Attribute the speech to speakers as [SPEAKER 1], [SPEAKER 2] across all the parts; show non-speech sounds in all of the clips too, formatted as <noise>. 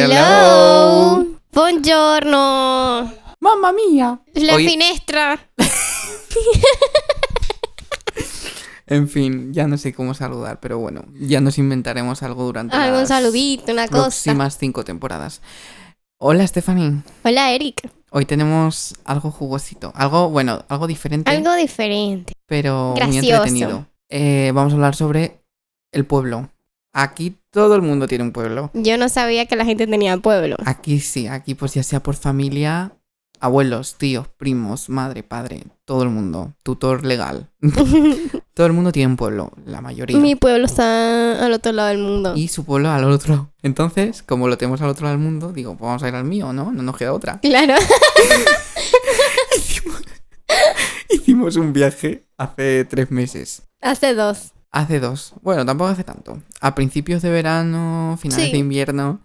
[SPEAKER 1] Hello. Buongiorno.
[SPEAKER 2] Mamma mía.
[SPEAKER 1] La
[SPEAKER 2] Oye-
[SPEAKER 1] finestra.
[SPEAKER 2] En fin, ya no sé cómo saludar, pero bueno, ya nos inventaremos algo durante
[SPEAKER 1] Algún
[SPEAKER 2] las
[SPEAKER 1] saludito, una cosa.
[SPEAKER 2] próximas cinco temporadas. Hola, Stephanie.
[SPEAKER 1] Hola, Eric.
[SPEAKER 2] Hoy tenemos algo jugosito, algo bueno, algo diferente,
[SPEAKER 1] Algo diferente.
[SPEAKER 2] pero muy
[SPEAKER 1] gracioso.
[SPEAKER 2] entretenido. Eh, vamos a hablar sobre el pueblo. Aquí todo el mundo tiene un pueblo.
[SPEAKER 1] Yo no sabía que la gente tenía pueblo.
[SPEAKER 2] Aquí sí, aquí pues ya sea por familia, abuelos, tíos, primos, madre, padre, todo el mundo,
[SPEAKER 1] <laughs>
[SPEAKER 2] tutor legal. todo el mundo tiene un pueblo, la mayoría.
[SPEAKER 1] Mi pueblo está al otro lado del mundo.
[SPEAKER 2] <laughs> y su pueblo al otro. lado. Entonces, como lo tenemos al otro lado del mundo, digo, pues vamos a ir al mío, ¿no? No nos queda otra.
[SPEAKER 1] Claro.
[SPEAKER 2] <laughs>
[SPEAKER 1] <laughs>
[SPEAKER 2] Hicimos un viaje hace tres meses.
[SPEAKER 1] Hace dos.
[SPEAKER 2] Hace dos. Bueno, tampoco hace tanto. A principios de verano, finales
[SPEAKER 1] Sí.
[SPEAKER 2] de invierno.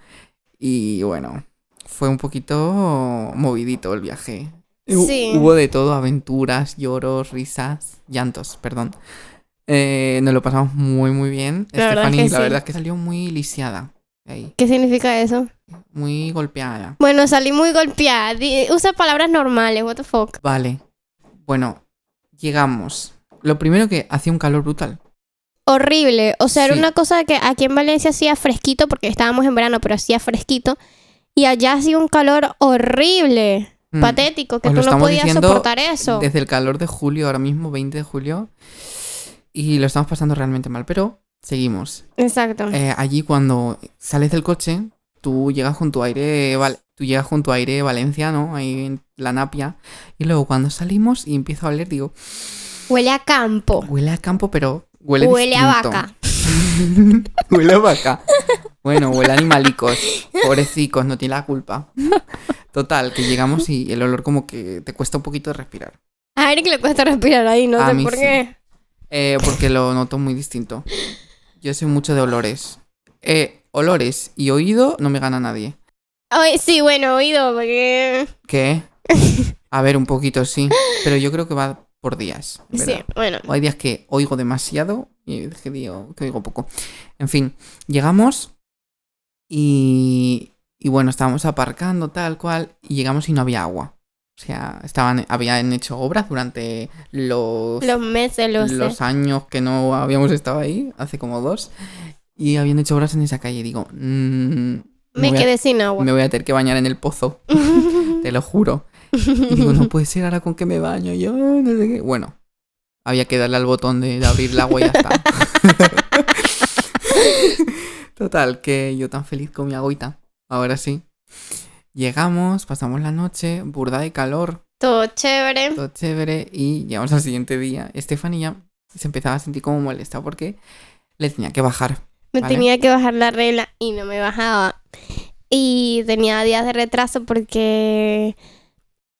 [SPEAKER 2] Y bueno, fue un poquito movidito el viaje. Eh, Hu-
[SPEAKER 1] Sí.
[SPEAKER 2] Hubo de todo, aventuras, lloros, risas, llantos, perdón. Eh, nos lo pasamos muy, muy bien.
[SPEAKER 1] La verdad es
[SPEAKER 2] Stephanie,
[SPEAKER 1] que
[SPEAKER 2] la
[SPEAKER 1] sí.
[SPEAKER 2] verdad es que salió muy lisiada. ahí,
[SPEAKER 1] ¿Qué significa eso?
[SPEAKER 2] muy golpeada.
[SPEAKER 1] Bueno, salí muy golpeada. Di- Usa palabras normales, what the fuck.
[SPEAKER 2] Vale. Bueno, llegamos. Lo primero que hacía un calor brutal.
[SPEAKER 1] Horrible. O sea, era
[SPEAKER 2] Sí.
[SPEAKER 1] una cosa que aquí en Valencia hacía fresquito porque estábamos en verano, pero hacía fresquito. Y allá hacía un calor horrible.
[SPEAKER 2] Mm.
[SPEAKER 1] Patético, que
[SPEAKER 2] Os lo
[SPEAKER 1] tú no
[SPEAKER 2] estamos
[SPEAKER 1] podías
[SPEAKER 2] diciendo
[SPEAKER 1] soportar eso.
[SPEAKER 2] Desde el calor de julio, ahora mismo, 20 de julio. Y lo estamos pasando realmente mal, pero seguimos.
[SPEAKER 1] Exacto.
[SPEAKER 2] Eh, allí cuando sales del coche, tú llegas con tu aire, val- tú llegas con tu aire valenciano, ahí en la napia. Y luego cuando salimos y empiezo a oler, digo,
[SPEAKER 1] Huele a campo.
[SPEAKER 2] huele a campo, pero huele
[SPEAKER 1] Huele, a
[SPEAKER 2] distinto".
[SPEAKER 1] vaca.
[SPEAKER 2] <laughs> huele a vaca. Bueno, huele a animalicos. Pobrecicos, no tiene la culpa. Total, que llegamos y el olor como que te cuesta un poquito respirar.
[SPEAKER 1] A Eric le cuesta respirar ahí, no
[SPEAKER 2] A
[SPEAKER 1] sé
[SPEAKER 2] mí
[SPEAKER 1] por
[SPEAKER 2] sí.
[SPEAKER 1] qué.
[SPEAKER 2] Eh, porque lo noto muy distinto. Yo soy mucho de olores. Eh, olores y oído no me gana nadie.
[SPEAKER 1] Ay, sí, bueno, oído, porque.
[SPEAKER 2] ¿Qué? A ver, un poquito sí. Pero yo creo que va por días. ¿verdad?
[SPEAKER 1] Sí, bueno.
[SPEAKER 2] O hay días que oigo demasiado y hay días que digo, que oigo poco. En fin, llegamos y, y bueno, estábamos aparcando tal cual y llegamos y no había agua. O sea, estaban, habían hecho obras durante los,
[SPEAKER 1] Los meses, los.
[SPEAKER 2] los años que no habíamos estado ahí, hace como dos, y habían hecho obras en esa calle. Digo, "Mm,
[SPEAKER 1] me
[SPEAKER 2] voy a-
[SPEAKER 1] quedé sin agua. <laughs>
[SPEAKER 2] me voy a tener que bañar en el pozo, te lo juro. Y digo, no puede ser, ahora con qué me baño yo, "Ah, no sé qué. Bueno, había que darle al botón de, de abrir el agua y ya está. <laughs> Total, que yo tan feliz con mi agüita. Ahora sí. Llegamos, pasamos la noche, burda de calor,
[SPEAKER 1] Todo chévere.
[SPEAKER 2] todo chévere, y llegamos al siguiente día. Estefanía se empezaba a sentir como molesta porque le tenía que bajar.
[SPEAKER 1] Me
[SPEAKER 2] Vale.
[SPEAKER 1] tenía que bajar la regla y no me bajaba. Y tenía días de retraso porque...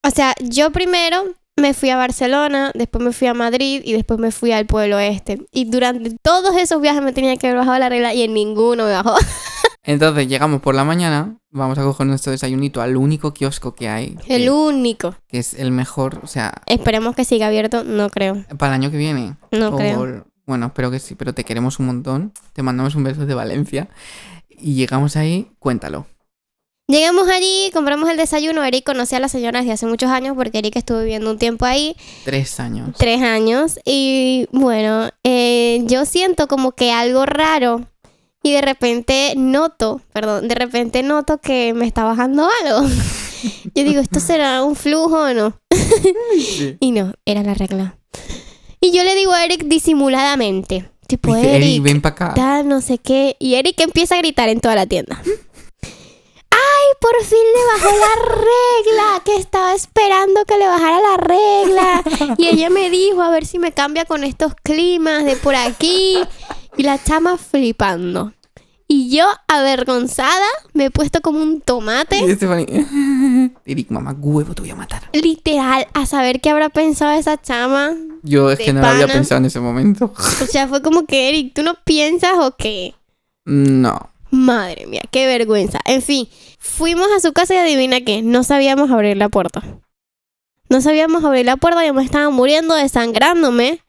[SPEAKER 1] O sea, yo primero me fui a Barcelona, después me fui a Madrid y después me fui al pueblo este. Y durante todos esos viajes me tenía que haber bajado la regla y en ninguno me bajó. <laughs>
[SPEAKER 2] Entonces llegamos por la mañana, vamos a coger nuestro desayunito al único kiosco que hay,
[SPEAKER 1] El
[SPEAKER 2] que-
[SPEAKER 1] único.
[SPEAKER 2] que es el mejor, o sea,
[SPEAKER 1] Esperemos que siga abierto. No creo.
[SPEAKER 2] para el año que viene.
[SPEAKER 1] No
[SPEAKER 2] o-
[SPEAKER 1] creo.
[SPEAKER 2] Bueno, espero que sí, pero te queremos un montón. Te mandamos un beso desde Valencia. Y llegamos ahí, cuéntalo.
[SPEAKER 1] Llegamos allí, compramos el desayuno. Eric conocía a la señora desde hace muchos años porque Eric estuvo viviendo un tiempo ahí.
[SPEAKER 2] Tres años.
[SPEAKER 1] Tres años. Y bueno, eh, yo siento como que algo raro. Y de repente noto, perdón, de repente noto que me está bajando algo. <laughs> Yo digo, ¿esto será un flujo o no?
[SPEAKER 2] Sí.
[SPEAKER 1] Y no, era la regla. Y yo le digo a Eric disimuladamente, tipo,
[SPEAKER 2] Dice, "Ey,
[SPEAKER 1] Eric,
[SPEAKER 2] ven para acá.
[SPEAKER 1] tal, no sé qué. Y Eric empieza a gritar en toda la tienda. ¡Ay, por fin le bajó la regla! Que estaba esperando que le bajara la regla. Y ella me dijo, a ver si me cambia con estos climas de por aquí. Y la chama flipando. Y yo, avergonzada, me he puesto como un tomate.
[SPEAKER 2] Y Stephanie, <laughs> Eric, mamá, huevo, te voy a matar.
[SPEAKER 1] Literal, a saber qué habrá pensado esa chama.
[SPEAKER 2] Yo es
[SPEAKER 1] De
[SPEAKER 2] que no lo había
[SPEAKER 1] pana.
[SPEAKER 2] pensado en ese momento. <laughs>
[SPEAKER 1] O sea, fue como que, Eric, ¿tú no piensas o qué?
[SPEAKER 2] No.
[SPEAKER 1] Madre mía, qué vergüenza. En fin, fuimos a su casa y adivina qué, no sabíamos abrir la puerta. No sabíamos abrir la puerta, yo me estaba muriendo, desangrándome,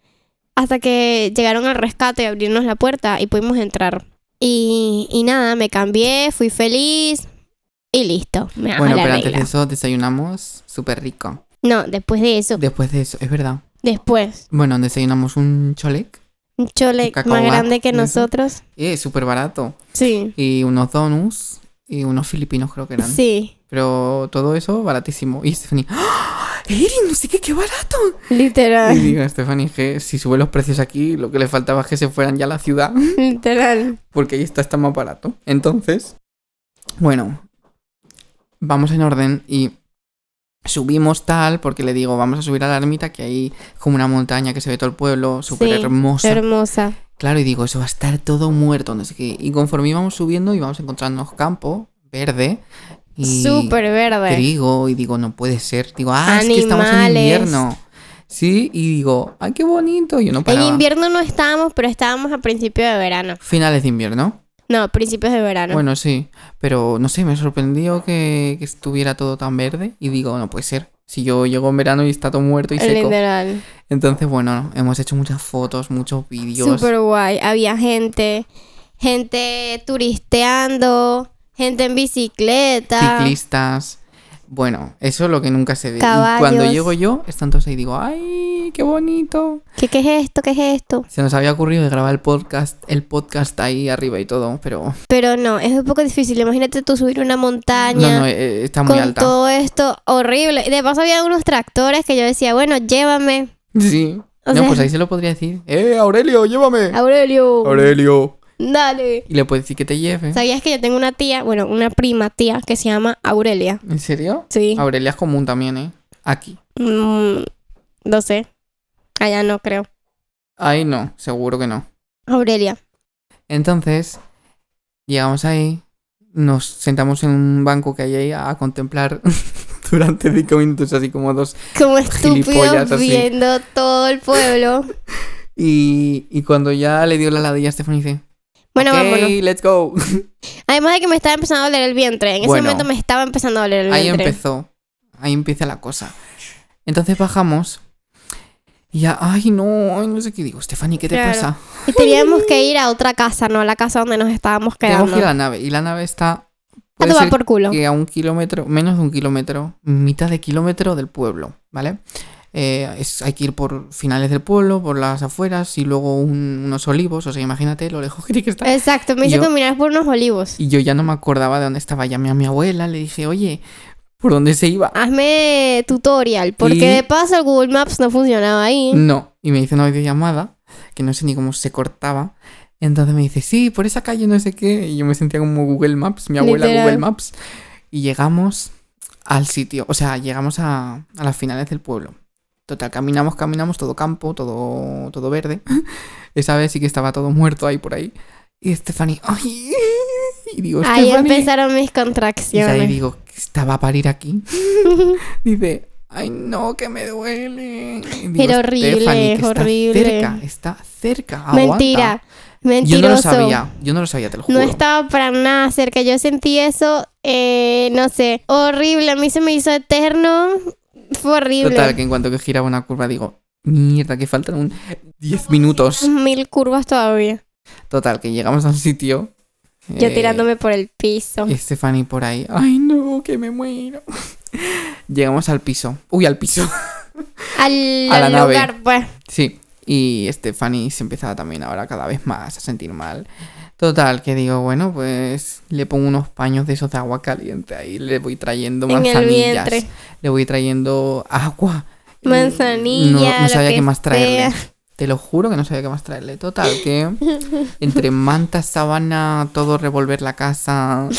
[SPEAKER 1] hasta que llegaron al rescate y abrirnos la puerta y pudimos entrar. Y, y nada, me cambié, fui feliz y listo. Me bajo Ah,
[SPEAKER 2] Bueno,
[SPEAKER 1] la
[SPEAKER 2] pero antes
[SPEAKER 1] regla.
[SPEAKER 2] de eso desayunamos súper rico.
[SPEAKER 1] No, después de eso.
[SPEAKER 2] Después de eso, es verdad.
[SPEAKER 1] Después.
[SPEAKER 2] Bueno, desayunamos un cholek.
[SPEAKER 1] Un chole
[SPEAKER 2] Cacahuac,
[SPEAKER 1] más grande que
[SPEAKER 2] ¿no?
[SPEAKER 1] nosotros.
[SPEAKER 2] Eh, súper barato.
[SPEAKER 1] Sí.
[SPEAKER 2] Y unos donuts. Y unos filipinos creo que eran.
[SPEAKER 1] Sí,
[SPEAKER 2] Pero todo eso baratísimo. Y Stephanie, ¡Ah! Eri, no sé qué, qué barato. Y
[SPEAKER 1] literal.
[SPEAKER 2] digo, Stephanie, que si suben los precios aquí, lo que le faltaba es que se fueran ya a la ciudad.
[SPEAKER 1] <laughs> literal.
[SPEAKER 2] Porque ahí está, está más barato. Entonces, bueno, vamos en orden y subimos tal, porque le digo, vamos a subir a la ermita, que hay como una montaña que se ve todo el pueblo, súper
[SPEAKER 1] Sí,
[SPEAKER 2] hermosa.
[SPEAKER 1] Hermosa.
[SPEAKER 2] Claro, y digo, eso va a estar todo muerto, no sé qué. Y conforme íbamos subiendo, íbamos encontrándonos campo verde. Y
[SPEAKER 1] Súper verde.
[SPEAKER 2] trigo y digo, no puede ser. Digo, ah, es que estamos en
[SPEAKER 1] Pues. Animales.
[SPEAKER 2] invierno. Sí, y digo, ay, qué bonito. Yo no
[SPEAKER 1] En
[SPEAKER 2] paraba.
[SPEAKER 1] invierno no estábamos, pero estábamos a principios de verano.
[SPEAKER 2] Finales de invierno.
[SPEAKER 1] No, principios de verano.
[SPEAKER 2] Bueno, sí, pero no sé, me sorprendió que, que estuviera todo tan verde y digo, no puede ser. Si yo llego en verano y está todo muerto y seco.
[SPEAKER 1] literal.
[SPEAKER 2] Entonces, bueno, hemos hecho muchas fotos, muchos vídeos.
[SPEAKER 1] Súper guay. Había gente, gente turisteando, gente en bicicleta.
[SPEAKER 2] ciclistas. Bueno, eso es lo que nunca se ve. Y cuando
[SPEAKER 1] Caballos.
[SPEAKER 2] llego yo, están todos ahí y digo, ¡ay, qué bonito!
[SPEAKER 1] ¿Qué, ¿Qué es esto? ¿Qué es esto?
[SPEAKER 2] Se nos había ocurrido de grabar el podcast, el podcast ahí arriba y todo, pero
[SPEAKER 1] Pero no, es un poco difícil. Imagínate tú subir una montaña.
[SPEAKER 2] no, no, eh, está muy
[SPEAKER 1] con
[SPEAKER 2] alta.
[SPEAKER 1] todo esto horrible. Y De paso había unos tractores que yo decía, bueno, llévame.
[SPEAKER 2] <laughs> Sí.
[SPEAKER 1] O
[SPEAKER 2] no,
[SPEAKER 1] sea-
[SPEAKER 2] pues ahí se lo podría decir. ¡Eh, Aurelio, llévame!
[SPEAKER 1] Aurelio.
[SPEAKER 2] Aurelio. ¿Eh?
[SPEAKER 1] Dale.
[SPEAKER 2] Y le puedes decir que te lleve.
[SPEAKER 1] ¿Sabías que yo tengo una tía, bueno, una prima tía que se llama Aurelia?
[SPEAKER 2] ¿En serio?
[SPEAKER 1] Sí.
[SPEAKER 2] Aurelia es común también, ¿eh? Aquí.
[SPEAKER 1] Mm, no sé.
[SPEAKER 2] Ah,
[SPEAKER 1] Allá no creo.
[SPEAKER 2] Ahí no, seguro que no.
[SPEAKER 1] Aurelia.
[SPEAKER 2] Entonces, llegamos ahí, nos sentamos en un banco que hay ahí a contemplar <laughs> durante cinco minutos, así como dos.
[SPEAKER 1] Como estúpido
[SPEAKER 2] <laughs> Gilipollas así.
[SPEAKER 1] viendo todo el pueblo.
[SPEAKER 2] Y, y cuando ya le dio la ladilla a Stephanie, dice:
[SPEAKER 1] Bueno,
[SPEAKER 2] "Ok,
[SPEAKER 1] vámonos.
[SPEAKER 2] let's go.
[SPEAKER 1] Además de que me estaba empezando a doler el vientre. En
[SPEAKER 2] Bueno.
[SPEAKER 1] ese momento me estaba empezando a doler el
[SPEAKER 2] Ahí
[SPEAKER 1] vientre.
[SPEAKER 2] empezó. Ahí empieza la cosa. Entonces bajamos. Y ya, ay, no, ay, no sé qué. Digo, Stephanie, ¿qué te
[SPEAKER 1] Claro.
[SPEAKER 2] pasa?
[SPEAKER 1] Y teníamos que ir a otra casa, no a la casa donde nos estábamos
[SPEAKER 2] Tenemos
[SPEAKER 1] quedando.
[SPEAKER 2] que ir a la nave. Y la nave está.
[SPEAKER 1] A
[SPEAKER 2] puede
[SPEAKER 1] tomar
[SPEAKER 2] ser
[SPEAKER 1] Ah, por culo.
[SPEAKER 2] que a un kilómetro, menos de un kilómetro, mitad de kilómetro del pueblo, ¿vale? Eh, es- hay que ir por finales del pueblo, por las afueras y luego un- unos olivos, o sea, imagínate lo lejos que tiene que estar.
[SPEAKER 1] Exacto, me hizo
[SPEAKER 2] Yo-
[SPEAKER 1] caminar por unos olivos.
[SPEAKER 2] Y yo ya no me acordaba de dónde estaba, llamé a mi abuela, le dije, oye, ¿por dónde se iba?
[SPEAKER 1] Hazme tutorial, porque
[SPEAKER 2] Y- Mm,
[SPEAKER 1] de paso el Google Maps no funcionaba ahí.
[SPEAKER 2] No, y me hizo una videollamada, que no sé ni cómo se cortaba. Entonces me dice, sí, por esa calle no sé qué. Y yo me sentía como Google Maps, mi abuela
[SPEAKER 1] Literal.
[SPEAKER 2] Google Maps. Y llegamos al sitio, o sea, llegamos a, a las finales del pueblo. Total, caminamos, caminamos, todo campo, todo, todo verde. <laughs> Esa vez sí que estaba todo muerto ahí por ahí. Y Stephanie, ¡ay! <laughs> Y digo,
[SPEAKER 1] ahí
[SPEAKER 2] "Stephanie".
[SPEAKER 1] empezaron mis
[SPEAKER 2] Y ahí
[SPEAKER 1] contracciones.
[SPEAKER 2] digo, estaba a parir aquí.
[SPEAKER 1] <laughs>
[SPEAKER 2] Dice, ay no, que me duele. Y digo,
[SPEAKER 1] Era horrible,
[SPEAKER 2] "Stephanie, que está
[SPEAKER 1] horrible".
[SPEAKER 2] Cerca, está cerca. aguanta".
[SPEAKER 1] Mentira,
[SPEAKER 2] Yo no lo
[SPEAKER 1] mentiroso.
[SPEAKER 2] sabía, yo no lo sabía, te lo juro.
[SPEAKER 1] No estaba para nada cerca. Yo sentí eso, eh, no sé, horrible. A mí se me hizo eterno. Fue horrible.
[SPEAKER 2] Total, que en cuanto que giraba una curva digo, mierda, que faltan un 10 minutos.
[SPEAKER 1] Mil curvas todavía.
[SPEAKER 2] Total, que llegamos al sitio.
[SPEAKER 1] Yo
[SPEAKER 2] eh,
[SPEAKER 1] tirándome por el piso.
[SPEAKER 2] y Stephanie por ahí, ay no, que me muero. <laughs> llegamos al piso. Uy, al piso.
[SPEAKER 1] Al,
[SPEAKER 2] a la
[SPEAKER 1] al
[SPEAKER 2] nave.
[SPEAKER 1] lugar, pues.
[SPEAKER 2] Sí, y Stephanie se empezaba también ahora cada vez más a sentir mal. Total, que digo, bueno, pues le pongo unos paños de esos de agua caliente ahí, le voy trayendo
[SPEAKER 1] En el
[SPEAKER 2] manzanillas,
[SPEAKER 1] vientre.
[SPEAKER 2] le voy trayendo agua.
[SPEAKER 1] Manzanilla,
[SPEAKER 2] No, no
[SPEAKER 1] lo
[SPEAKER 2] sabía
[SPEAKER 1] que
[SPEAKER 2] qué más traerle.
[SPEAKER 1] sea.
[SPEAKER 2] Te lo juro que no sabía qué más traerle. Total,
[SPEAKER 1] <laughs>
[SPEAKER 2] que entre manta, sábana, todo revolver la casa, al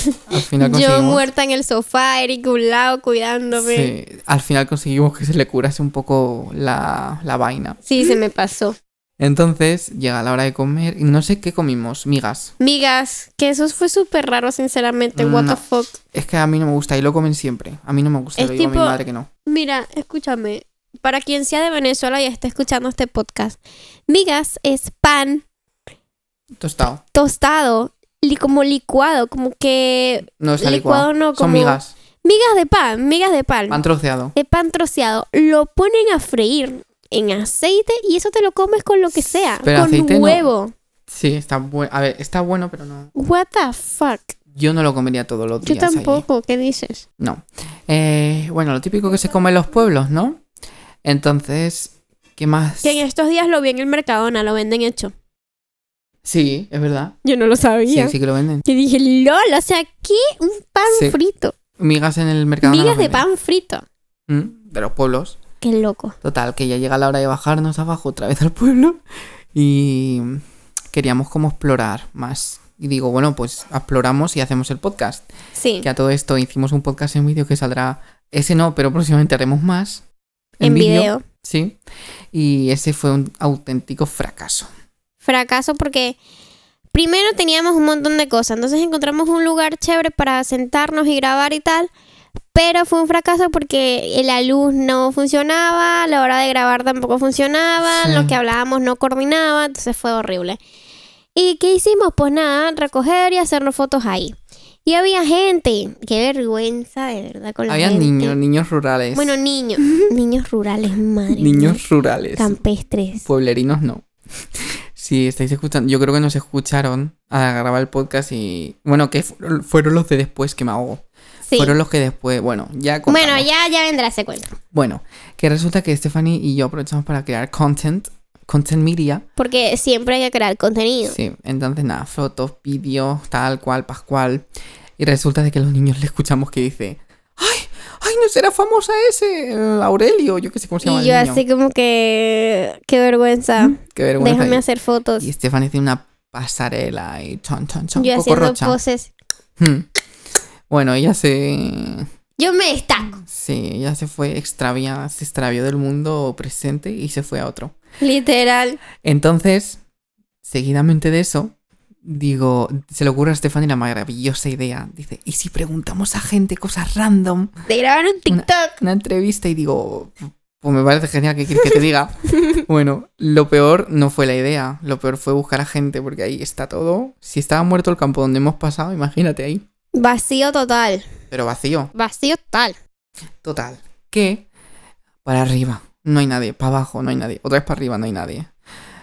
[SPEAKER 1] <laughs>
[SPEAKER 2] final
[SPEAKER 1] Yo
[SPEAKER 2] conseguimos...
[SPEAKER 1] muerta en el sofá, Eric a un lado cuidándome.
[SPEAKER 2] Sí, al final conseguimos que se le curase un poco la, la vaina.
[SPEAKER 1] Sí, se me pasó.
[SPEAKER 2] Entonces llega la hora de comer y no sé qué comimos, migas.
[SPEAKER 1] Migas, que eso fue súper raro, sinceramente. What
[SPEAKER 2] No.
[SPEAKER 1] the fuck.
[SPEAKER 2] Es que a mí no me gusta y lo comen siempre. A mí no me gusta,
[SPEAKER 1] Es
[SPEAKER 2] lo digo a
[SPEAKER 1] tipo-
[SPEAKER 2] mi madre que no.
[SPEAKER 1] Mira, escúchame. Para quien sea de Venezuela y esté escuchando este podcast, migas es pan
[SPEAKER 2] Tostado.
[SPEAKER 1] tostado, li- como licuado, como que.
[SPEAKER 2] No está licuado.
[SPEAKER 1] Licuado no,
[SPEAKER 2] Son
[SPEAKER 1] como-
[SPEAKER 2] migas.
[SPEAKER 1] Migas de pan, migas de pan.
[SPEAKER 2] Pan troceado.
[SPEAKER 1] de pan troceado. Lo ponen a freír en aceite y eso te lo comes con lo que sea.
[SPEAKER 2] Pero
[SPEAKER 1] con
[SPEAKER 2] aceite no.
[SPEAKER 1] huevo.
[SPEAKER 2] Sí, está bueno. A ver, está bueno, pero no.
[SPEAKER 1] What the fuck.
[SPEAKER 2] Yo no lo comería todos los
[SPEAKER 1] Yo
[SPEAKER 2] días. allí.
[SPEAKER 1] tampoco, ¿qué dices?
[SPEAKER 2] No. Eh, bueno, lo típico que se come en los pueblos, ¿no? Entonces, ¿qué más?
[SPEAKER 1] Que en estos días lo vi en el Mercadona, lo venden hecho.
[SPEAKER 2] Sí, es verdad.
[SPEAKER 1] Yo no lo
[SPEAKER 2] Sí,
[SPEAKER 1] sabía.
[SPEAKER 2] sí que lo venden.
[SPEAKER 1] Que dije, lol, o sea, ¿qué? Un pan
[SPEAKER 2] Sí.
[SPEAKER 1] frito.
[SPEAKER 2] Migas en el mercado.
[SPEAKER 1] Migas de pan frito.
[SPEAKER 2] Mm, de los pueblos.
[SPEAKER 1] Qué loco.
[SPEAKER 2] Total, que ya llega la hora de bajarnos abajo otra vez al pueblo. Y queríamos como explorar más. Y digo, bueno, pues exploramos y hacemos el podcast.
[SPEAKER 1] Sí.
[SPEAKER 2] Que a todo esto hicimos un podcast en vídeo que saldrá. Ese no, pero próximamente haremos más.
[SPEAKER 1] en video.
[SPEAKER 2] Sí. Y ese fue un auténtico fracaso.
[SPEAKER 1] Fracaso porque primero teníamos un montón de cosas. Entonces encontramos un lugar chévere para sentarnos y grabar y tal. Pero fue un fracaso porque la luz no funcionaba, la hora de grabar tampoco funcionaba,
[SPEAKER 2] Sí.
[SPEAKER 1] lo que hablábamos no coordinaba, entonces fue horrible. ¿Y qué hicimos? Pues nada, recoger y hacernos fotos ahí. Y había gente, qué vergüenza de verdad con la
[SPEAKER 2] Había
[SPEAKER 1] gente.
[SPEAKER 2] niños, niños rurales.
[SPEAKER 1] Bueno,
[SPEAKER 2] <laughs>
[SPEAKER 1] niños. niños rurales, madre. mía.
[SPEAKER 2] niños rurales.
[SPEAKER 1] Campestres.
[SPEAKER 2] Pueblerinos no. Si estáis escuchando, yo creo que nos escucharon a grabar el podcast y. Bueno, que fueron fueron los de después que me ahogo.
[SPEAKER 1] Sí.
[SPEAKER 2] Fueron los que después, bueno, ya contamos.
[SPEAKER 1] Bueno, ya, ya vendrá ese cuento.
[SPEAKER 2] Bueno, que resulta que Stephanie y yo aprovechamos para crear content, content media.
[SPEAKER 1] Porque siempre hay que crear contenido.
[SPEAKER 2] Sí, entonces nada, fotos, vídeos, tal cual, pascual. Y resulta de que los niños le escuchamos que dice, ¡ay! ¡Ay, no será famosa ese! eh, Aurelio, yo qué sé cómo se llama
[SPEAKER 1] y
[SPEAKER 2] el
[SPEAKER 1] yo
[SPEAKER 2] niño. Mm,
[SPEAKER 1] así como que... Qué vergüenza.
[SPEAKER 2] Qué vergüenza.
[SPEAKER 1] Déjame hacer fotos.
[SPEAKER 2] Y Stephanie tiene una pasarela y chon, chon, chon,
[SPEAKER 1] Yo haciendo
[SPEAKER 2] cocorrocha.
[SPEAKER 1] poses.
[SPEAKER 2] Hmm. Bueno, ella se...
[SPEAKER 1] Yo me destaco.
[SPEAKER 2] Sí, ella se fue extravia, se extravió del mundo presente y se fue a otro.
[SPEAKER 1] Literal.
[SPEAKER 2] Entonces, seguidamente de eso, digo, se le ocurre a Stephanie la maravillosa idea. Dice, ¿y si preguntamos a gente cosas random?
[SPEAKER 1] De grabar un
[SPEAKER 2] Una-
[SPEAKER 1] TikTok.
[SPEAKER 2] Una entrevista y digo, pues me parece genial que quieres que te diga. Bueno, lo peor no fue la idea, lo peor fue buscar a gente porque ahí está todo. Si estaba muerto el campo donde hemos pasado, imagínate ahí,
[SPEAKER 1] Vacío total.
[SPEAKER 2] pero vacío.
[SPEAKER 1] Vacío total.
[SPEAKER 2] Total. Que para arriba no hay nadie, para abajo no hay nadie, otra vez para arriba no hay nadie.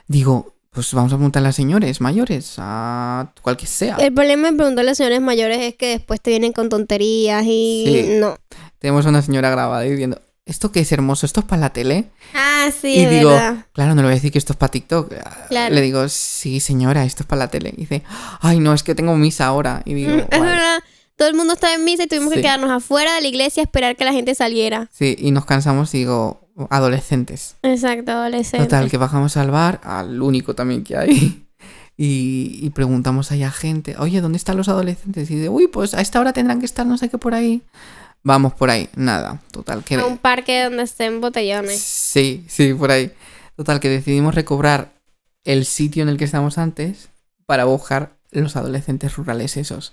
[SPEAKER 2] Digo, pues vamos a preguntarle a señores mayores, a cual que sea.
[SPEAKER 1] El problema, me preguntó las señores mayores, es que después te vienen con tonterías y...
[SPEAKER 2] Sí.
[SPEAKER 1] No.
[SPEAKER 2] Tenemos a una señora grabada y diciendo, ¿esto qué es hermoso? ¿Esto es para la tele?
[SPEAKER 1] Ah, sí,
[SPEAKER 2] y
[SPEAKER 1] es
[SPEAKER 2] digo,
[SPEAKER 1] verdad.
[SPEAKER 2] claro, no le voy a decir que esto es para TikTok.
[SPEAKER 1] Claro.
[SPEAKER 2] Le digo, sí, señora, esto es para la tele. Y dice, ay, no, es que tengo misa ahora. Y digo,
[SPEAKER 1] Mm, es
[SPEAKER 2] "Vale".
[SPEAKER 1] verdad. Todo el mundo estaba en misa y tuvimos
[SPEAKER 2] Sí.
[SPEAKER 1] que quedarnos afuera de la iglesia a esperar que la gente saliera.
[SPEAKER 2] Sí, y nos cansamos y digo, adolescentes.
[SPEAKER 1] Exacto, adolescente.
[SPEAKER 2] Total, que bajamos al bar, al único también que hay. <laughs> Y, y preguntamos ahí a gente, oye, ¿dónde están los adolescentes? Y de, uy, pues a esta hora tendrán que estar no sé qué por ahí. Vamos por ahí, nada. Total, que...
[SPEAKER 1] A un parque donde estén botellones.
[SPEAKER 2] Sí, sí, por ahí. Total, que decidimos recobrar el sitio en el que estábamos antes para buscar los adolescentes rurales esos.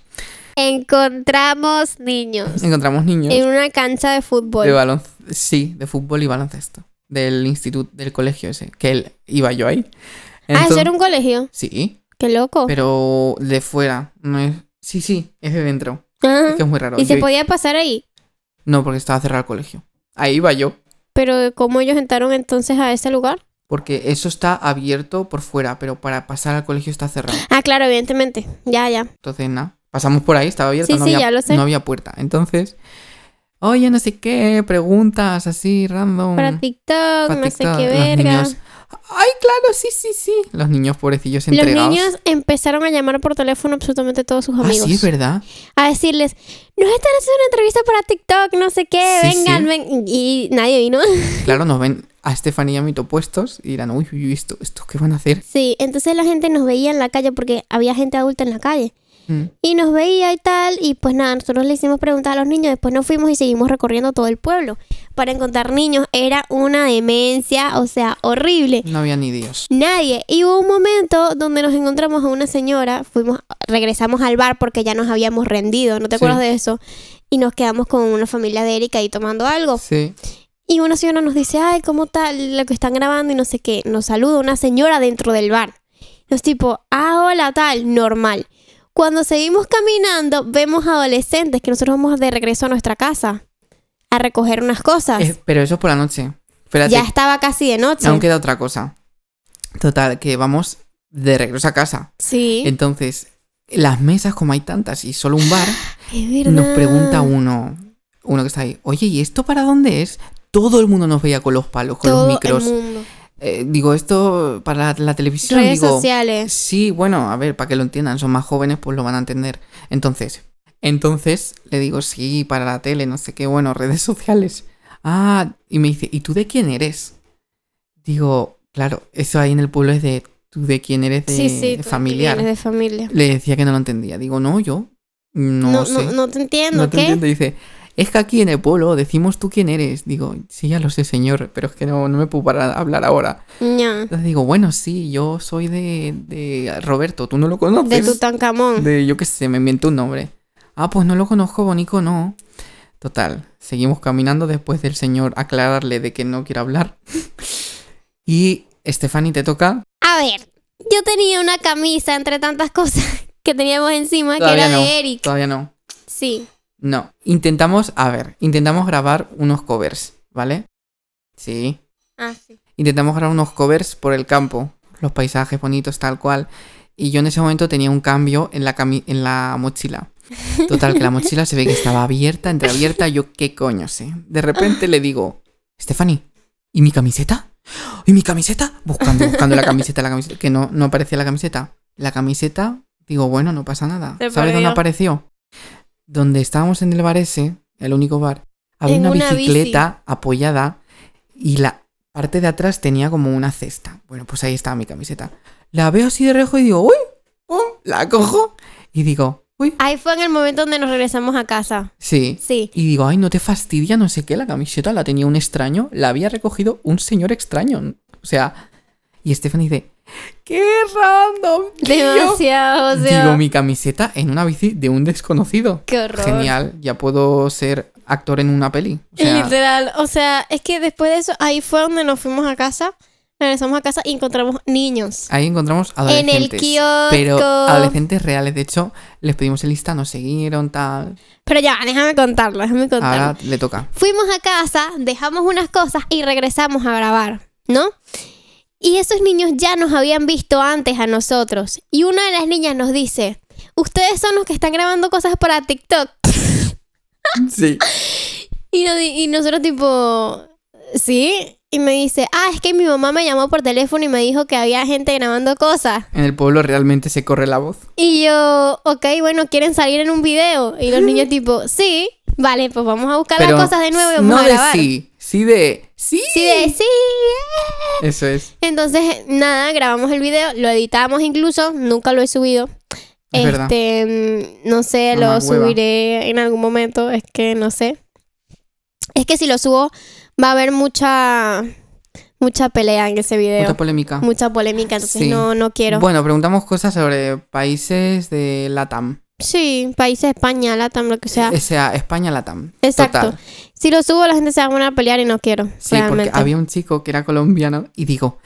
[SPEAKER 1] Encontramos niños
[SPEAKER 2] Encontramos niños
[SPEAKER 1] en una cancha de Pues fútbol.
[SPEAKER 2] de baloncesto. Sí, de fútbol y baloncesto. Del instituto, del colegio ese, que él, iba yo ahí.
[SPEAKER 1] Ah,
[SPEAKER 2] Entonces-
[SPEAKER 1] eso era un colegio.
[SPEAKER 2] Sí.
[SPEAKER 1] Qué loco.
[SPEAKER 2] Pero de fuera, no es. Sí, sí, es de dentro.
[SPEAKER 1] Ajá.
[SPEAKER 2] Es que es muy raro.
[SPEAKER 1] Y se
[SPEAKER 2] Yo-
[SPEAKER 1] podía pasar ahí.
[SPEAKER 2] No, porque estaba cerrado el colegio. Ahí iba yo.
[SPEAKER 1] Pero ¿cómo ellos entraron entonces a ese lugar?
[SPEAKER 2] Porque eso está abierto por fuera, pero para pasar al colegio está cerrado.
[SPEAKER 1] Ah, claro, evidentemente. Ya, ya.
[SPEAKER 2] Entonces, nada. Pasamos por ahí, estaba abierto,
[SPEAKER 1] Sí,
[SPEAKER 2] no,
[SPEAKER 1] sí,
[SPEAKER 2] había,
[SPEAKER 1] ya lo sé.
[SPEAKER 2] no había puerta. Entonces, oye, no sé qué, preguntas así, random.
[SPEAKER 1] Para TikTok,
[SPEAKER 2] para
[SPEAKER 1] no sé
[SPEAKER 2] TikTok,
[SPEAKER 1] qué
[SPEAKER 2] los
[SPEAKER 1] verga.
[SPEAKER 2] niños, Ay, claro, sí, sí, sí. Los niños pobrecillos
[SPEAKER 1] Los
[SPEAKER 2] entregados.
[SPEAKER 1] niños empezaron a llamar por teléfono absolutamente todos sus
[SPEAKER 2] ah,
[SPEAKER 1] amigos.
[SPEAKER 2] sí, es verdad.
[SPEAKER 1] a decirles, nos están haciendo una entrevista para TikTok, no sé qué,
[SPEAKER 2] Sí,
[SPEAKER 1] vengan,
[SPEAKER 2] sí.
[SPEAKER 1] ven. Y nadie vino. <laughs>
[SPEAKER 2] Claro, nos ven a Estefanía y a mí opuestos y dirán, uy, uy, uy, esto, ¿esto qué van a hacer?
[SPEAKER 1] Sí, entonces la gente nos veía en la calle porque había gente adulta en la calle.
[SPEAKER 2] Mm.
[SPEAKER 1] Y nos veía y tal, y pues nada, nosotros le hicimos preguntas a los niños, después nos fuimos y seguimos recorriendo todo el pueblo para encontrar niños. Era una demencia, o sea, horrible.
[SPEAKER 2] No había ni Dios.
[SPEAKER 1] Nadie. Y hubo un momento donde nos encontramos a una señora, fuimos, regresamos al bar porque ya nos habíamos rendido, ¿no te
[SPEAKER 2] Sí.
[SPEAKER 1] acuerdas de eso? Y nos quedamos con una familia de Erika ahí tomando algo.
[SPEAKER 2] Sí.
[SPEAKER 1] Y una señora nos dice, ay, ¿cómo tal lo que están grabando? Y no sé qué. Nos saluda una señora dentro del bar. Nos tipo, ah, hola, tal, normal. Cuando seguimos caminando, vemos adolescentes que nosotros vamos de regreso a nuestra casa a recoger unas cosas.
[SPEAKER 2] Eh, pero eso es por la noche. Espérate,
[SPEAKER 1] ya estaba casi de noche.
[SPEAKER 2] aún queda otra cosa. Total, que vamos de regreso a casa.
[SPEAKER 1] Sí.
[SPEAKER 2] Entonces, las mesas, como hay tantas y solo un bar,
[SPEAKER 1] Es
[SPEAKER 2] nos
[SPEAKER 1] verdad.
[SPEAKER 2] pregunta uno, uno que está ahí, oye, ¿y esto para dónde es? Todo el mundo nos veía con los palos, con
[SPEAKER 1] Todo
[SPEAKER 2] los micros.
[SPEAKER 1] el mundo.
[SPEAKER 2] Eh, digo, esto para la televisión,
[SPEAKER 1] Redes
[SPEAKER 2] digo.
[SPEAKER 1] sociales.
[SPEAKER 2] Sí, bueno, a ver, para que lo entiendan, son más jóvenes, pues lo van a entender. Entonces, entonces le digo, sí, para la tele, no sé qué, bueno, <laughs> redes sociales. Ah, y me dice, ¿y tú de quién eres? Digo, claro, eso ahí en el pueblo es de tú de quién eres de
[SPEAKER 1] sí, sí. tú
[SPEAKER 2] familiar.
[SPEAKER 1] vienes de familia.
[SPEAKER 2] Le decía que no lo entendía. Digo, no, yo no,
[SPEAKER 1] No, no,
[SPEAKER 2] sé.
[SPEAKER 1] no te entiendo,
[SPEAKER 2] No te
[SPEAKER 1] ¿qué?
[SPEAKER 2] entiendo. Dice, es que aquí en el pueblo decimos tú quién eres. Digo, sí, ya lo sé, señor, pero es que no, no me puedo parar a hablar ahora.
[SPEAKER 1] Ya.
[SPEAKER 2] Entonces digo, bueno, sí, yo soy de, de Roberto, tú no lo conoces.
[SPEAKER 1] De Tutankamón.
[SPEAKER 2] De- yo qué sé, me inventé un nombre. Ah, pues no lo conozco, Bonico, no. Total, seguimos caminando después del señor aclararle de que no quiere hablar. <laughs> Y, Stephanie, te toca.
[SPEAKER 1] A ver, yo tenía una camisa entre tantas cosas <laughs> que teníamos encima
[SPEAKER 2] Todavía
[SPEAKER 1] que era
[SPEAKER 2] no.
[SPEAKER 1] de Eric.
[SPEAKER 2] Todavía no.
[SPEAKER 1] Sí.
[SPEAKER 2] No. Intentamos, a ver, intentamos grabar unos covers, ¿vale? Sí.
[SPEAKER 1] Ah, sí.
[SPEAKER 2] intentamos grabar unos covers por el campo, los paisajes bonitos, tal cual. Y yo en ese momento tenía un cambio en la, cami- en la mochila. Total, que la mochila se ve que estaba abierta, entreabierta, yo qué coño sé. De repente le digo, Stephanie, ¿y mi camiseta? ¿Y mi camiseta? Buscando, buscando la camiseta, la camiseta, que no, no aparecía la camiseta. La camiseta, digo, bueno, no pasa nada.
[SPEAKER 1] Se
[SPEAKER 2] ¿Sabes dónde
[SPEAKER 1] perdió.
[SPEAKER 2] apareció? Donde estábamos en el bar ese, el único bar, había
[SPEAKER 1] En
[SPEAKER 2] una,
[SPEAKER 1] una bici.
[SPEAKER 2] bicicleta apoyada y la parte de atrás tenía como una cesta. Bueno, pues ahí estaba mi camiseta. La veo así de rejo y digo, uy, pum, la cojo. Y digo, uy,
[SPEAKER 1] Ahí fue en el momento donde nos regresamos a casa.
[SPEAKER 2] sí.
[SPEAKER 1] Sí.
[SPEAKER 2] Y digo, ay, no te fastidia, no sé qué, la camiseta la tenía un extraño, la había recogido un señor extraño. O sea, y Stephanie dice, qué random. tío".
[SPEAKER 1] Demasiado, o sea.
[SPEAKER 2] Digo, mi camiseta en una bici de un desconocido.
[SPEAKER 1] Qué horror.
[SPEAKER 2] Genial, ya puedo ser actor en una peli. O sea,
[SPEAKER 1] Literal, o sea, es que después de eso, ahí fue donde nos fuimos a casa, regresamos a casa y encontramos niños.
[SPEAKER 2] Ahí encontramos
[SPEAKER 1] En
[SPEAKER 2] adolescentes.
[SPEAKER 1] el kiosco.
[SPEAKER 2] Pero adolescentes reales. De hecho, les pedimos el lista, nos siguieron, tal.
[SPEAKER 1] Pero ya, déjame contarlo, déjame contarlo.
[SPEAKER 2] Ahora le toca.
[SPEAKER 1] Fuimos a casa, dejamos unas cosas y regresamos a grabar, ¿no? Y esos niños ya nos habían visto antes a nosotros. Y una de las niñas nos dice, ustedes son los que están grabando cosas para TikTok.
[SPEAKER 2] Sí.
[SPEAKER 1] Y, nos di- y nosotros tipo, ¿sí? Y me dice, ah, es que mi mamá me llamó por teléfono y me dijo que había gente grabando cosas.
[SPEAKER 2] En el pueblo realmente se corre la voz.
[SPEAKER 1] Y yo, ok, bueno, ¿quieren salir en un video? Y los niños tipo, sí, vale, pues vamos a buscar
[SPEAKER 2] Pero
[SPEAKER 1] las cosas de nuevo y vamos
[SPEAKER 2] no
[SPEAKER 1] a
[SPEAKER 2] de
[SPEAKER 1] grabar.
[SPEAKER 2] sí, sí de sí.
[SPEAKER 1] Sí, de sí. eh.
[SPEAKER 2] Eso es.
[SPEAKER 1] Entonces, nada, grabamos el video, lo editamos incluso, nunca lo he subido.
[SPEAKER 2] Es verdad.
[SPEAKER 1] este, mm, no sé,
[SPEAKER 2] Mamá
[SPEAKER 1] lo
[SPEAKER 2] hueva.
[SPEAKER 1] subiré en algún momento, es que no sé. Es que si lo subo va a haber mucha mucha pelea en ese video,
[SPEAKER 2] Otra
[SPEAKER 1] mucha,
[SPEAKER 2] polémica.
[SPEAKER 1] polémica, entonces
[SPEAKER 2] Sí.
[SPEAKER 1] no no quiero.
[SPEAKER 2] Bueno, preguntamos cosas sobre países de Latam.
[SPEAKER 1] sí, países España, Latam, lo que sea.
[SPEAKER 2] O sea, España Latam.
[SPEAKER 1] Exacto.
[SPEAKER 2] Total.
[SPEAKER 1] Si lo subo la gente se va a poner a pelear y no quiero,
[SPEAKER 2] Sí,
[SPEAKER 1] realmente.
[SPEAKER 2] porque había un chico que era colombiano y digo,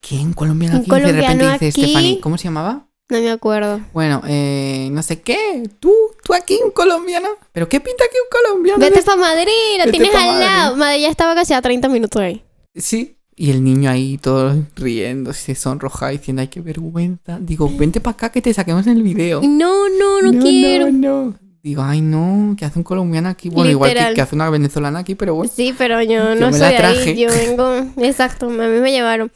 [SPEAKER 2] ¿quién colombiano
[SPEAKER 1] Un
[SPEAKER 2] aquí? Y de repente
[SPEAKER 1] colombiano
[SPEAKER 2] dice
[SPEAKER 1] aquí.
[SPEAKER 2] Stephanie, ¿cómo se llamaba?
[SPEAKER 1] No me acuerdo.
[SPEAKER 2] Bueno, eh, no sé qué. Tú, tú aquí, un colombiano. ¿Pero qué pinta aquí un colombiano?
[SPEAKER 1] Vete para Madrid, lo
[SPEAKER 2] Vete
[SPEAKER 1] tienes
[SPEAKER 2] pa'
[SPEAKER 1] al
[SPEAKER 2] Madrid.
[SPEAKER 1] lado. Madrid ya estaba casi a 30 minutos ahí.
[SPEAKER 2] Sí. Y el niño ahí todo riendo, se sonroja diciendo, ay, qué vergüenza. Digo, vente para acá que te saquemos el video.
[SPEAKER 1] No, no, no, quiero.
[SPEAKER 2] no. Digo, ay, no, que hace un colombiano aquí. Bueno, igual
[SPEAKER 1] Literal.
[SPEAKER 2] que, que hace una venezolana aquí, pero bueno.
[SPEAKER 1] Sí, pero yo
[SPEAKER 2] Yo
[SPEAKER 1] no
[SPEAKER 2] me
[SPEAKER 1] soy
[SPEAKER 2] la
[SPEAKER 1] de ahí,
[SPEAKER 2] traje.
[SPEAKER 1] yo
[SPEAKER 2] <laughs>
[SPEAKER 1] vengo, exacto, a mí me llevaron.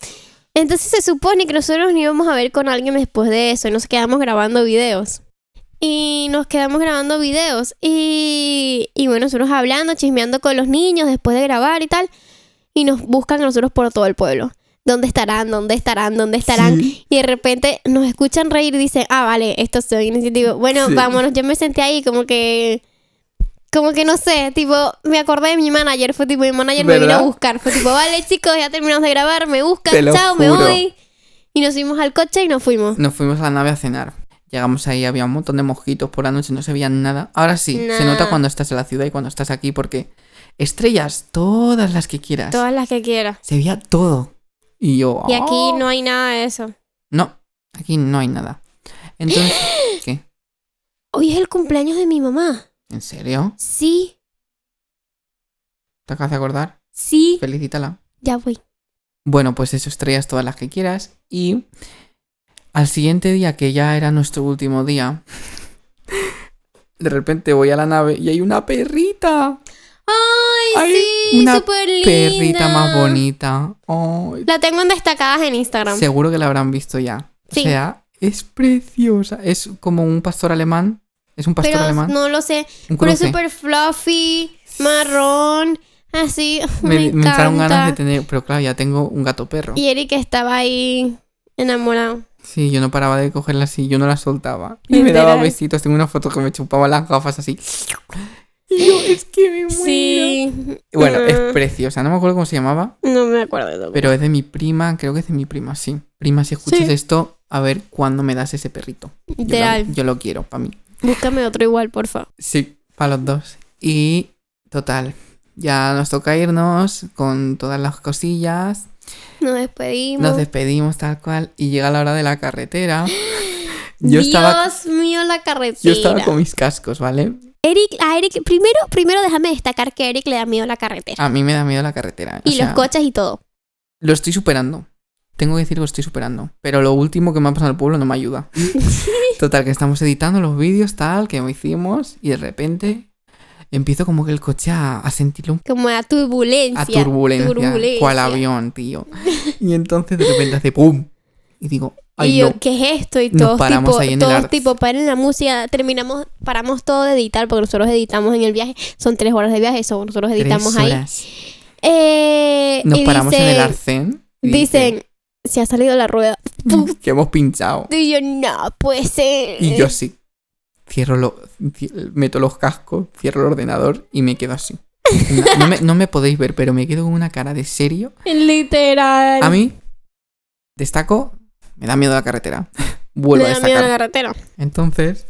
[SPEAKER 1] Entonces se supone que nosotros nos íbamos a ver con alguien después de eso y nos quedamos grabando videos. Y nos quedamos grabando videos y, y bueno, nosotros hablando, chismeando con los niños después de grabar y tal. Y nos buscan a nosotros por todo el pueblo. ¿Dónde estarán? ¿Dónde estarán? ¿Dónde estarán?
[SPEAKER 2] Sí.
[SPEAKER 1] Y de repente nos escuchan reír y dicen, ah, vale, esto soy iniciativo. Bueno,
[SPEAKER 2] Sí.
[SPEAKER 1] vámonos, yo me senté ahí como que... Como que no sé, tipo, me acordé de mi manager, fue tipo, mi manager me vino a
[SPEAKER 2] ¿Verdad?
[SPEAKER 1] buscar, fue tipo, vale chicos, ya terminamos de grabar, me
[SPEAKER 2] Te
[SPEAKER 1] buscan,
[SPEAKER 2] lo
[SPEAKER 1] chao, me
[SPEAKER 2] juro.
[SPEAKER 1] voy. Y nos subimos al coche y nos fuimos.
[SPEAKER 2] Nos fuimos a la nave a cenar. Llegamos ahí, había un montón de mosquitos por la noche, no se veía nada. Ahora sí, se
[SPEAKER 1] Nah.
[SPEAKER 2] nota cuando estás en la ciudad y cuando estás aquí, porque estrellas, todas las que quieras.
[SPEAKER 1] Todas las que quieras.
[SPEAKER 2] Se veía todo. Y yo.
[SPEAKER 1] Y aquí
[SPEAKER 2] "Ah".
[SPEAKER 1] no hay nada de eso.
[SPEAKER 2] No, aquí no hay nada. Entonces, <gasps> ¿qué?
[SPEAKER 1] Hoy es el cumpleaños de mi mamá.
[SPEAKER 2] ¿En serio?
[SPEAKER 1] Sí,
[SPEAKER 2] ¿Te acabas de acordar?
[SPEAKER 1] sí,
[SPEAKER 2] Felicítala.
[SPEAKER 1] ya voy.
[SPEAKER 2] Bueno, pues eso, estrellas todas las que quieras. Y Al siguiente día, que ya era nuestro último día, <laughs> de repente voy a la nave y hay una perrita.
[SPEAKER 1] ¡Ay,
[SPEAKER 2] Ay,
[SPEAKER 1] sí!
[SPEAKER 2] una
[SPEAKER 1] ¡Súper linda!
[SPEAKER 2] Perrita más bonita. Ay,
[SPEAKER 1] La tengo en destacadas en Instagram.
[SPEAKER 2] seguro que la habrán visto ya.
[SPEAKER 1] Sí.
[SPEAKER 2] O sea, es preciosa. Es como un pastor alemán. Es un pastor
[SPEAKER 1] pero
[SPEAKER 2] alemán.
[SPEAKER 1] no lo sé.
[SPEAKER 2] un
[SPEAKER 1] Pero es
[SPEAKER 2] cruce.
[SPEAKER 1] súper fluffy, marrón, así. Me,
[SPEAKER 2] me, me entraron
[SPEAKER 1] encanta.
[SPEAKER 2] ganas de tener, pero claro, ya tengo un gato perro.
[SPEAKER 1] Y Eric estaba ahí enamorado.
[SPEAKER 2] Sí, yo no paraba de cogerla así, yo no la soltaba. Y me
[SPEAKER 1] Literal.
[SPEAKER 2] daba besitos, tengo una foto que me chupaba las gafas así. Y yo, es que me muero.
[SPEAKER 1] Sí.
[SPEAKER 2] Bueno,
[SPEAKER 1] Ah.
[SPEAKER 2] es preciosa, no me acuerdo cómo se llamaba,
[SPEAKER 1] No me acuerdo de todo.
[SPEAKER 2] pero es de mi prima, creo que es de mi prima, sí. Prima, si escuchas
[SPEAKER 1] Sí.
[SPEAKER 2] esto, a ver cuándo me das ese perrito. Yo
[SPEAKER 1] Literal.
[SPEAKER 2] lo, yo lo quiero, para mí.
[SPEAKER 1] Búscame otro igual, por favor.
[SPEAKER 2] Sí, para los dos. Y total, ya nos toca irnos con todas las cosillas.
[SPEAKER 1] Nos despedimos.
[SPEAKER 2] Nos despedimos tal cual y llega la hora de
[SPEAKER 1] <gasps>
[SPEAKER 2] la carretera. Yo
[SPEAKER 1] Dios
[SPEAKER 2] estaba,
[SPEAKER 1] mío, la carretera.
[SPEAKER 2] yo estaba con mis cascos, ¿vale?
[SPEAKER 1] Eric, a Eric, primero, primero déjame destacar que a Eric le da miedo la carretera.
[SPEAKER 2] A mí me da miedo la carretera. o
[SPEAKER 1] y
[SPEAKER 2] sea,
[SPEAKER 1] los coches y todo.
[SPEAKER 2] Lo estoy superando. Tengo que decir que lo estoy superando. Pero lo último que me ha pasado en el pueblo no
[SPEAKER 1] <laughs>
[SPEAKER 2] me ayuda. Total, que estamos editando los vídeos tal que hicimos y de repente empiezo como que el coche a, a sentirlo un
[SPEAKER 1] Como la turbulencia.
[SPEAKER 2] a turbulencia,
[SPEAKER 1] turbulencia.
[SPEAKER 2] cual
[SPEAKER 1] <laughs>
[SPEAKER 2] avión, tío. Y entonces de repente hace ¡pum! Y digo,
[SPEAKER 1] y
[SPEAKER 2] ¡ay
[SPEAKER 1] yo,
[SPEAKER 2] no!
[SPEAKER 1] ¿qué es esto? Y
[SPEAKER 2] Nos
[SPEAKER 1] todos
[SPEAKER 2] paramos
[SPEAKER 1] tipo,
[SPEAKER 2] ahí en el
[SPEAKER 1] todos
[SPEAKER 2] ar-
[SPEAKER 1] tipo, paren la música, terminamos, paramos todo de editar, porque nosotros editamos en el viaje, son tres horas de viaje, eso nosotros
[SPEAKER 2] Tres
[SPEAKER 1] editamos ahí.
[SPEAKER 2] horas.
[SPEAKER 1] Eh,
[SPEAKER 2] Nos
[SPEAKER 1] y
[SPEAKER 2] paramos en el
[SPEAKER 1] dicen-
[SPEAKER 2] arcén. y
[SPEAKER 1] Dicen, se ha salido la rueda.
[SPEAKER 2] que hemos
[SPEAKER 1] <laughs>
[SPEAKER 2] pinchado.
[SPEAKER 1] Y yo, no, puede ser.
[SPEAKER 2] Y yo sí. Cierro lo, ci- meto los cascos, cierro el ordenador y me quedo así. No, no me, no me podéis ver, pero me quedo con una cara de serio.
[SPEAKER 1] Literal.
[SPEAKER 2] A mí, destaco, me da miedo la carretera. <laughs>
[SPEAKER 1] me
[SPEAKER 2] Vuelvo a
[SPEAKER 1] da miedo la
[SPEAKER 2] destacar.
[SPEAKER 1] carretera.
[SPEAKER 2] Entonces,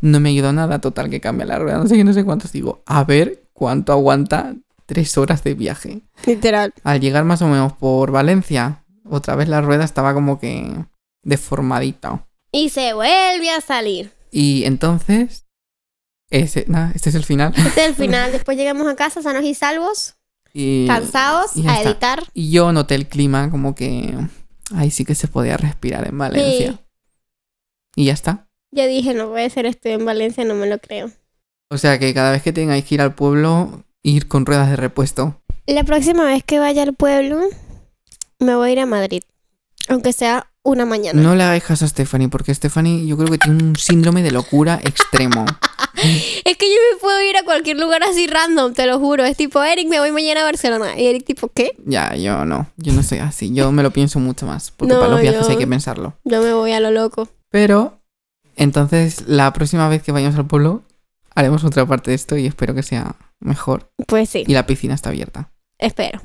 [SPEAKER 2] no me ayudó nada. Total, que cambia la rueda. No sé qué, no sé cuántos. Digo, a ver cuánto aguanta tres horas de viaje.
[SPEAKER 1] Literal.
[SPEAKER 2] Al llegar más o menos por Valencia, otra vez la rueda estaba como que deformadita.
[SPEAKER 1] Y se vuelve a salir.
[SPEAKER 2] Y entonces. Ese, nada, este es el final.
[SPEAKER 1] Este es el
[SPEAKER 2] <laughs>
[SPEAKER 1] final. Después llegamos a casa sanos y salvos,
[SPEAKER 2] Y,
[SPEAKER 1] cansados,
[SPEAKER 2] y ya
[SPEAKER 1] a
[SPEAKER 2] está.
[SPEAKER 1] editar.
[SPEAKER 2] y yo noté el clima como que. Ahí sí que se podía respirar en Valencia.
[SPEAKER 1] Sí.
[SPEAKER 2] Y ya está.
[SPEAKER 1] Yo dije, no puede ser, estoy en Valencia, no me lo creo.
[SPEAKER 2] O sea que cada vez que tengáis que ir al pueblo, ir con ruedas de repuesto.
[SPEAKER 1] La próxima vez que vaya al pueblo, me voy a ir a Madrid. Aunque sea una mañana.
[SPEAKER 2] No le hagáis caso a Stephanie, porque Stephanie yo creo que tiene un síndrome de locura extremo.
[SPEAKER 1] Es que yo me puedo ir a cualquier lugar así random, te lo juro. Es tipo, Eric, me voy mañana a Barcelona. Y Eric, tipo, ¿qué?
[SPEAKER 2] Ya, yo no. Yo no soy así. Yo me lo pienso mucho más. Porque
[SPEAKER 1] No,
[SPEAKER 2] para los viajes
[SPEAKER 1] yo-
[SPEAKER 2] hay que pensarlo.
[SPEAKER 1] Yo me voy a lo loco.
[SPEAKER 2] Pero entonces la próxima vez que vayamos al pueblo haremos otra parte de esto y espero que sea mejor.
[SPEAKER 1] Pues sí,
[SPEAKER 2] Y la piscina está abierta.
[SPEAKER 1] espero.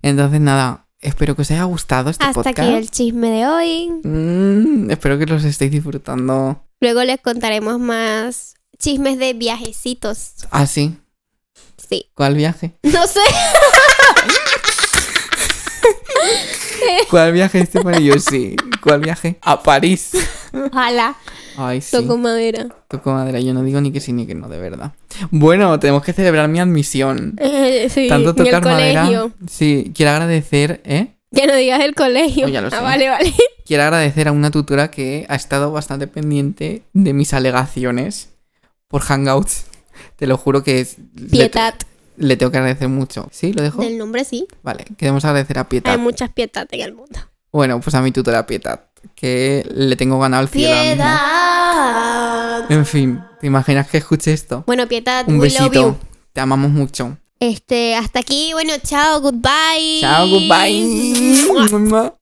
[SPEAKER 2] Entonces nada, espero que os haya gustado este
[SPEAKER 1] Hasta aquí el
[SPEAKER 2] podcast.
[SPEAKER 1] chisme de hoy.
[SPEAKER 2] Mm, espero que los estéis disfrutando
[SPEAKER 1] Luego les contaremos más chismes de viajecitos.
[SPEAKER 2] así.
[SPEAKER 1] Sí. <laughs>
[SPEAKER 2] ¿Cuál viaje?
[SPEAKER 1] No sé.
[SPEAKER 2] ¿Cuál viaje este para yo? Sí. ¿Cuál viaje? A París.
[SPEAKER 1] Ojalá.
[SPEAKER 2] Ay, sí.
[SPEAKER 1] Toco madera.
[SPEAKER 2] Toco madera. Yo no digo ni que sí ni que no, de verdad. Bueno, tenemos que celebrar mi admisión.
[SPEAKER 1] Eh, sí,
[SPEAKER 2] Tanto
[SPEAKER 1] ni el
[SPEAKER 2] tocar madera.
[SPEAKER 1] colegio.
[SPEAKER 2] Sí, quiero agradecer, ¿eh?
[SPEAKER 1] Que no digas el colegio.
[SPEAKER 2] Oh, ya lo sé.
[SPEAKER 1] Ah, vale,
[SPEAKER 2] <laughs>
[SPEAKER 1] vale.
[SPEAKER 2] Quiero agradecer a una tutora que ha estado bastante pendiente de mis alegaciones por Hangouts. Te lo juro que es, le, te-
[SPEAKER 1] Pietad.
[SPEAKER 2] le tengo que agradecer mucho. ¿Sí? ¿Lo dejo? Ah.
[SPEAKER 1] Del nombre sí.
[SPEAKER 2] Vale, queremos agradecer a
[SPEAKER 1] Hay
[SPEAKER 2] Pietad.
[SPEAKER 1] muchas pietad en el mundo.
[SPEAKER 2] Bueno, pues a mi tutora Pietad, que le tengo ganado el cielo. ahora mismo.
[SPEAKER 1] Piedad.
[SPEAKER 2] En fin, ¿te imaginas que escuche esto?
[SPEAKER 1] Bueno, pietad.
[SPEAKER 2] Un
[SPEAKER 1] we love
[SPEAKER 2] besito.
[SPEAKER 1] you.
[SPEAKER 2] Te amamos mucho.
[SPEAKER 1] Este, hasta aquí. Bueno, chao, goodbye.
[SPEAKER 2] Chao, goodbye.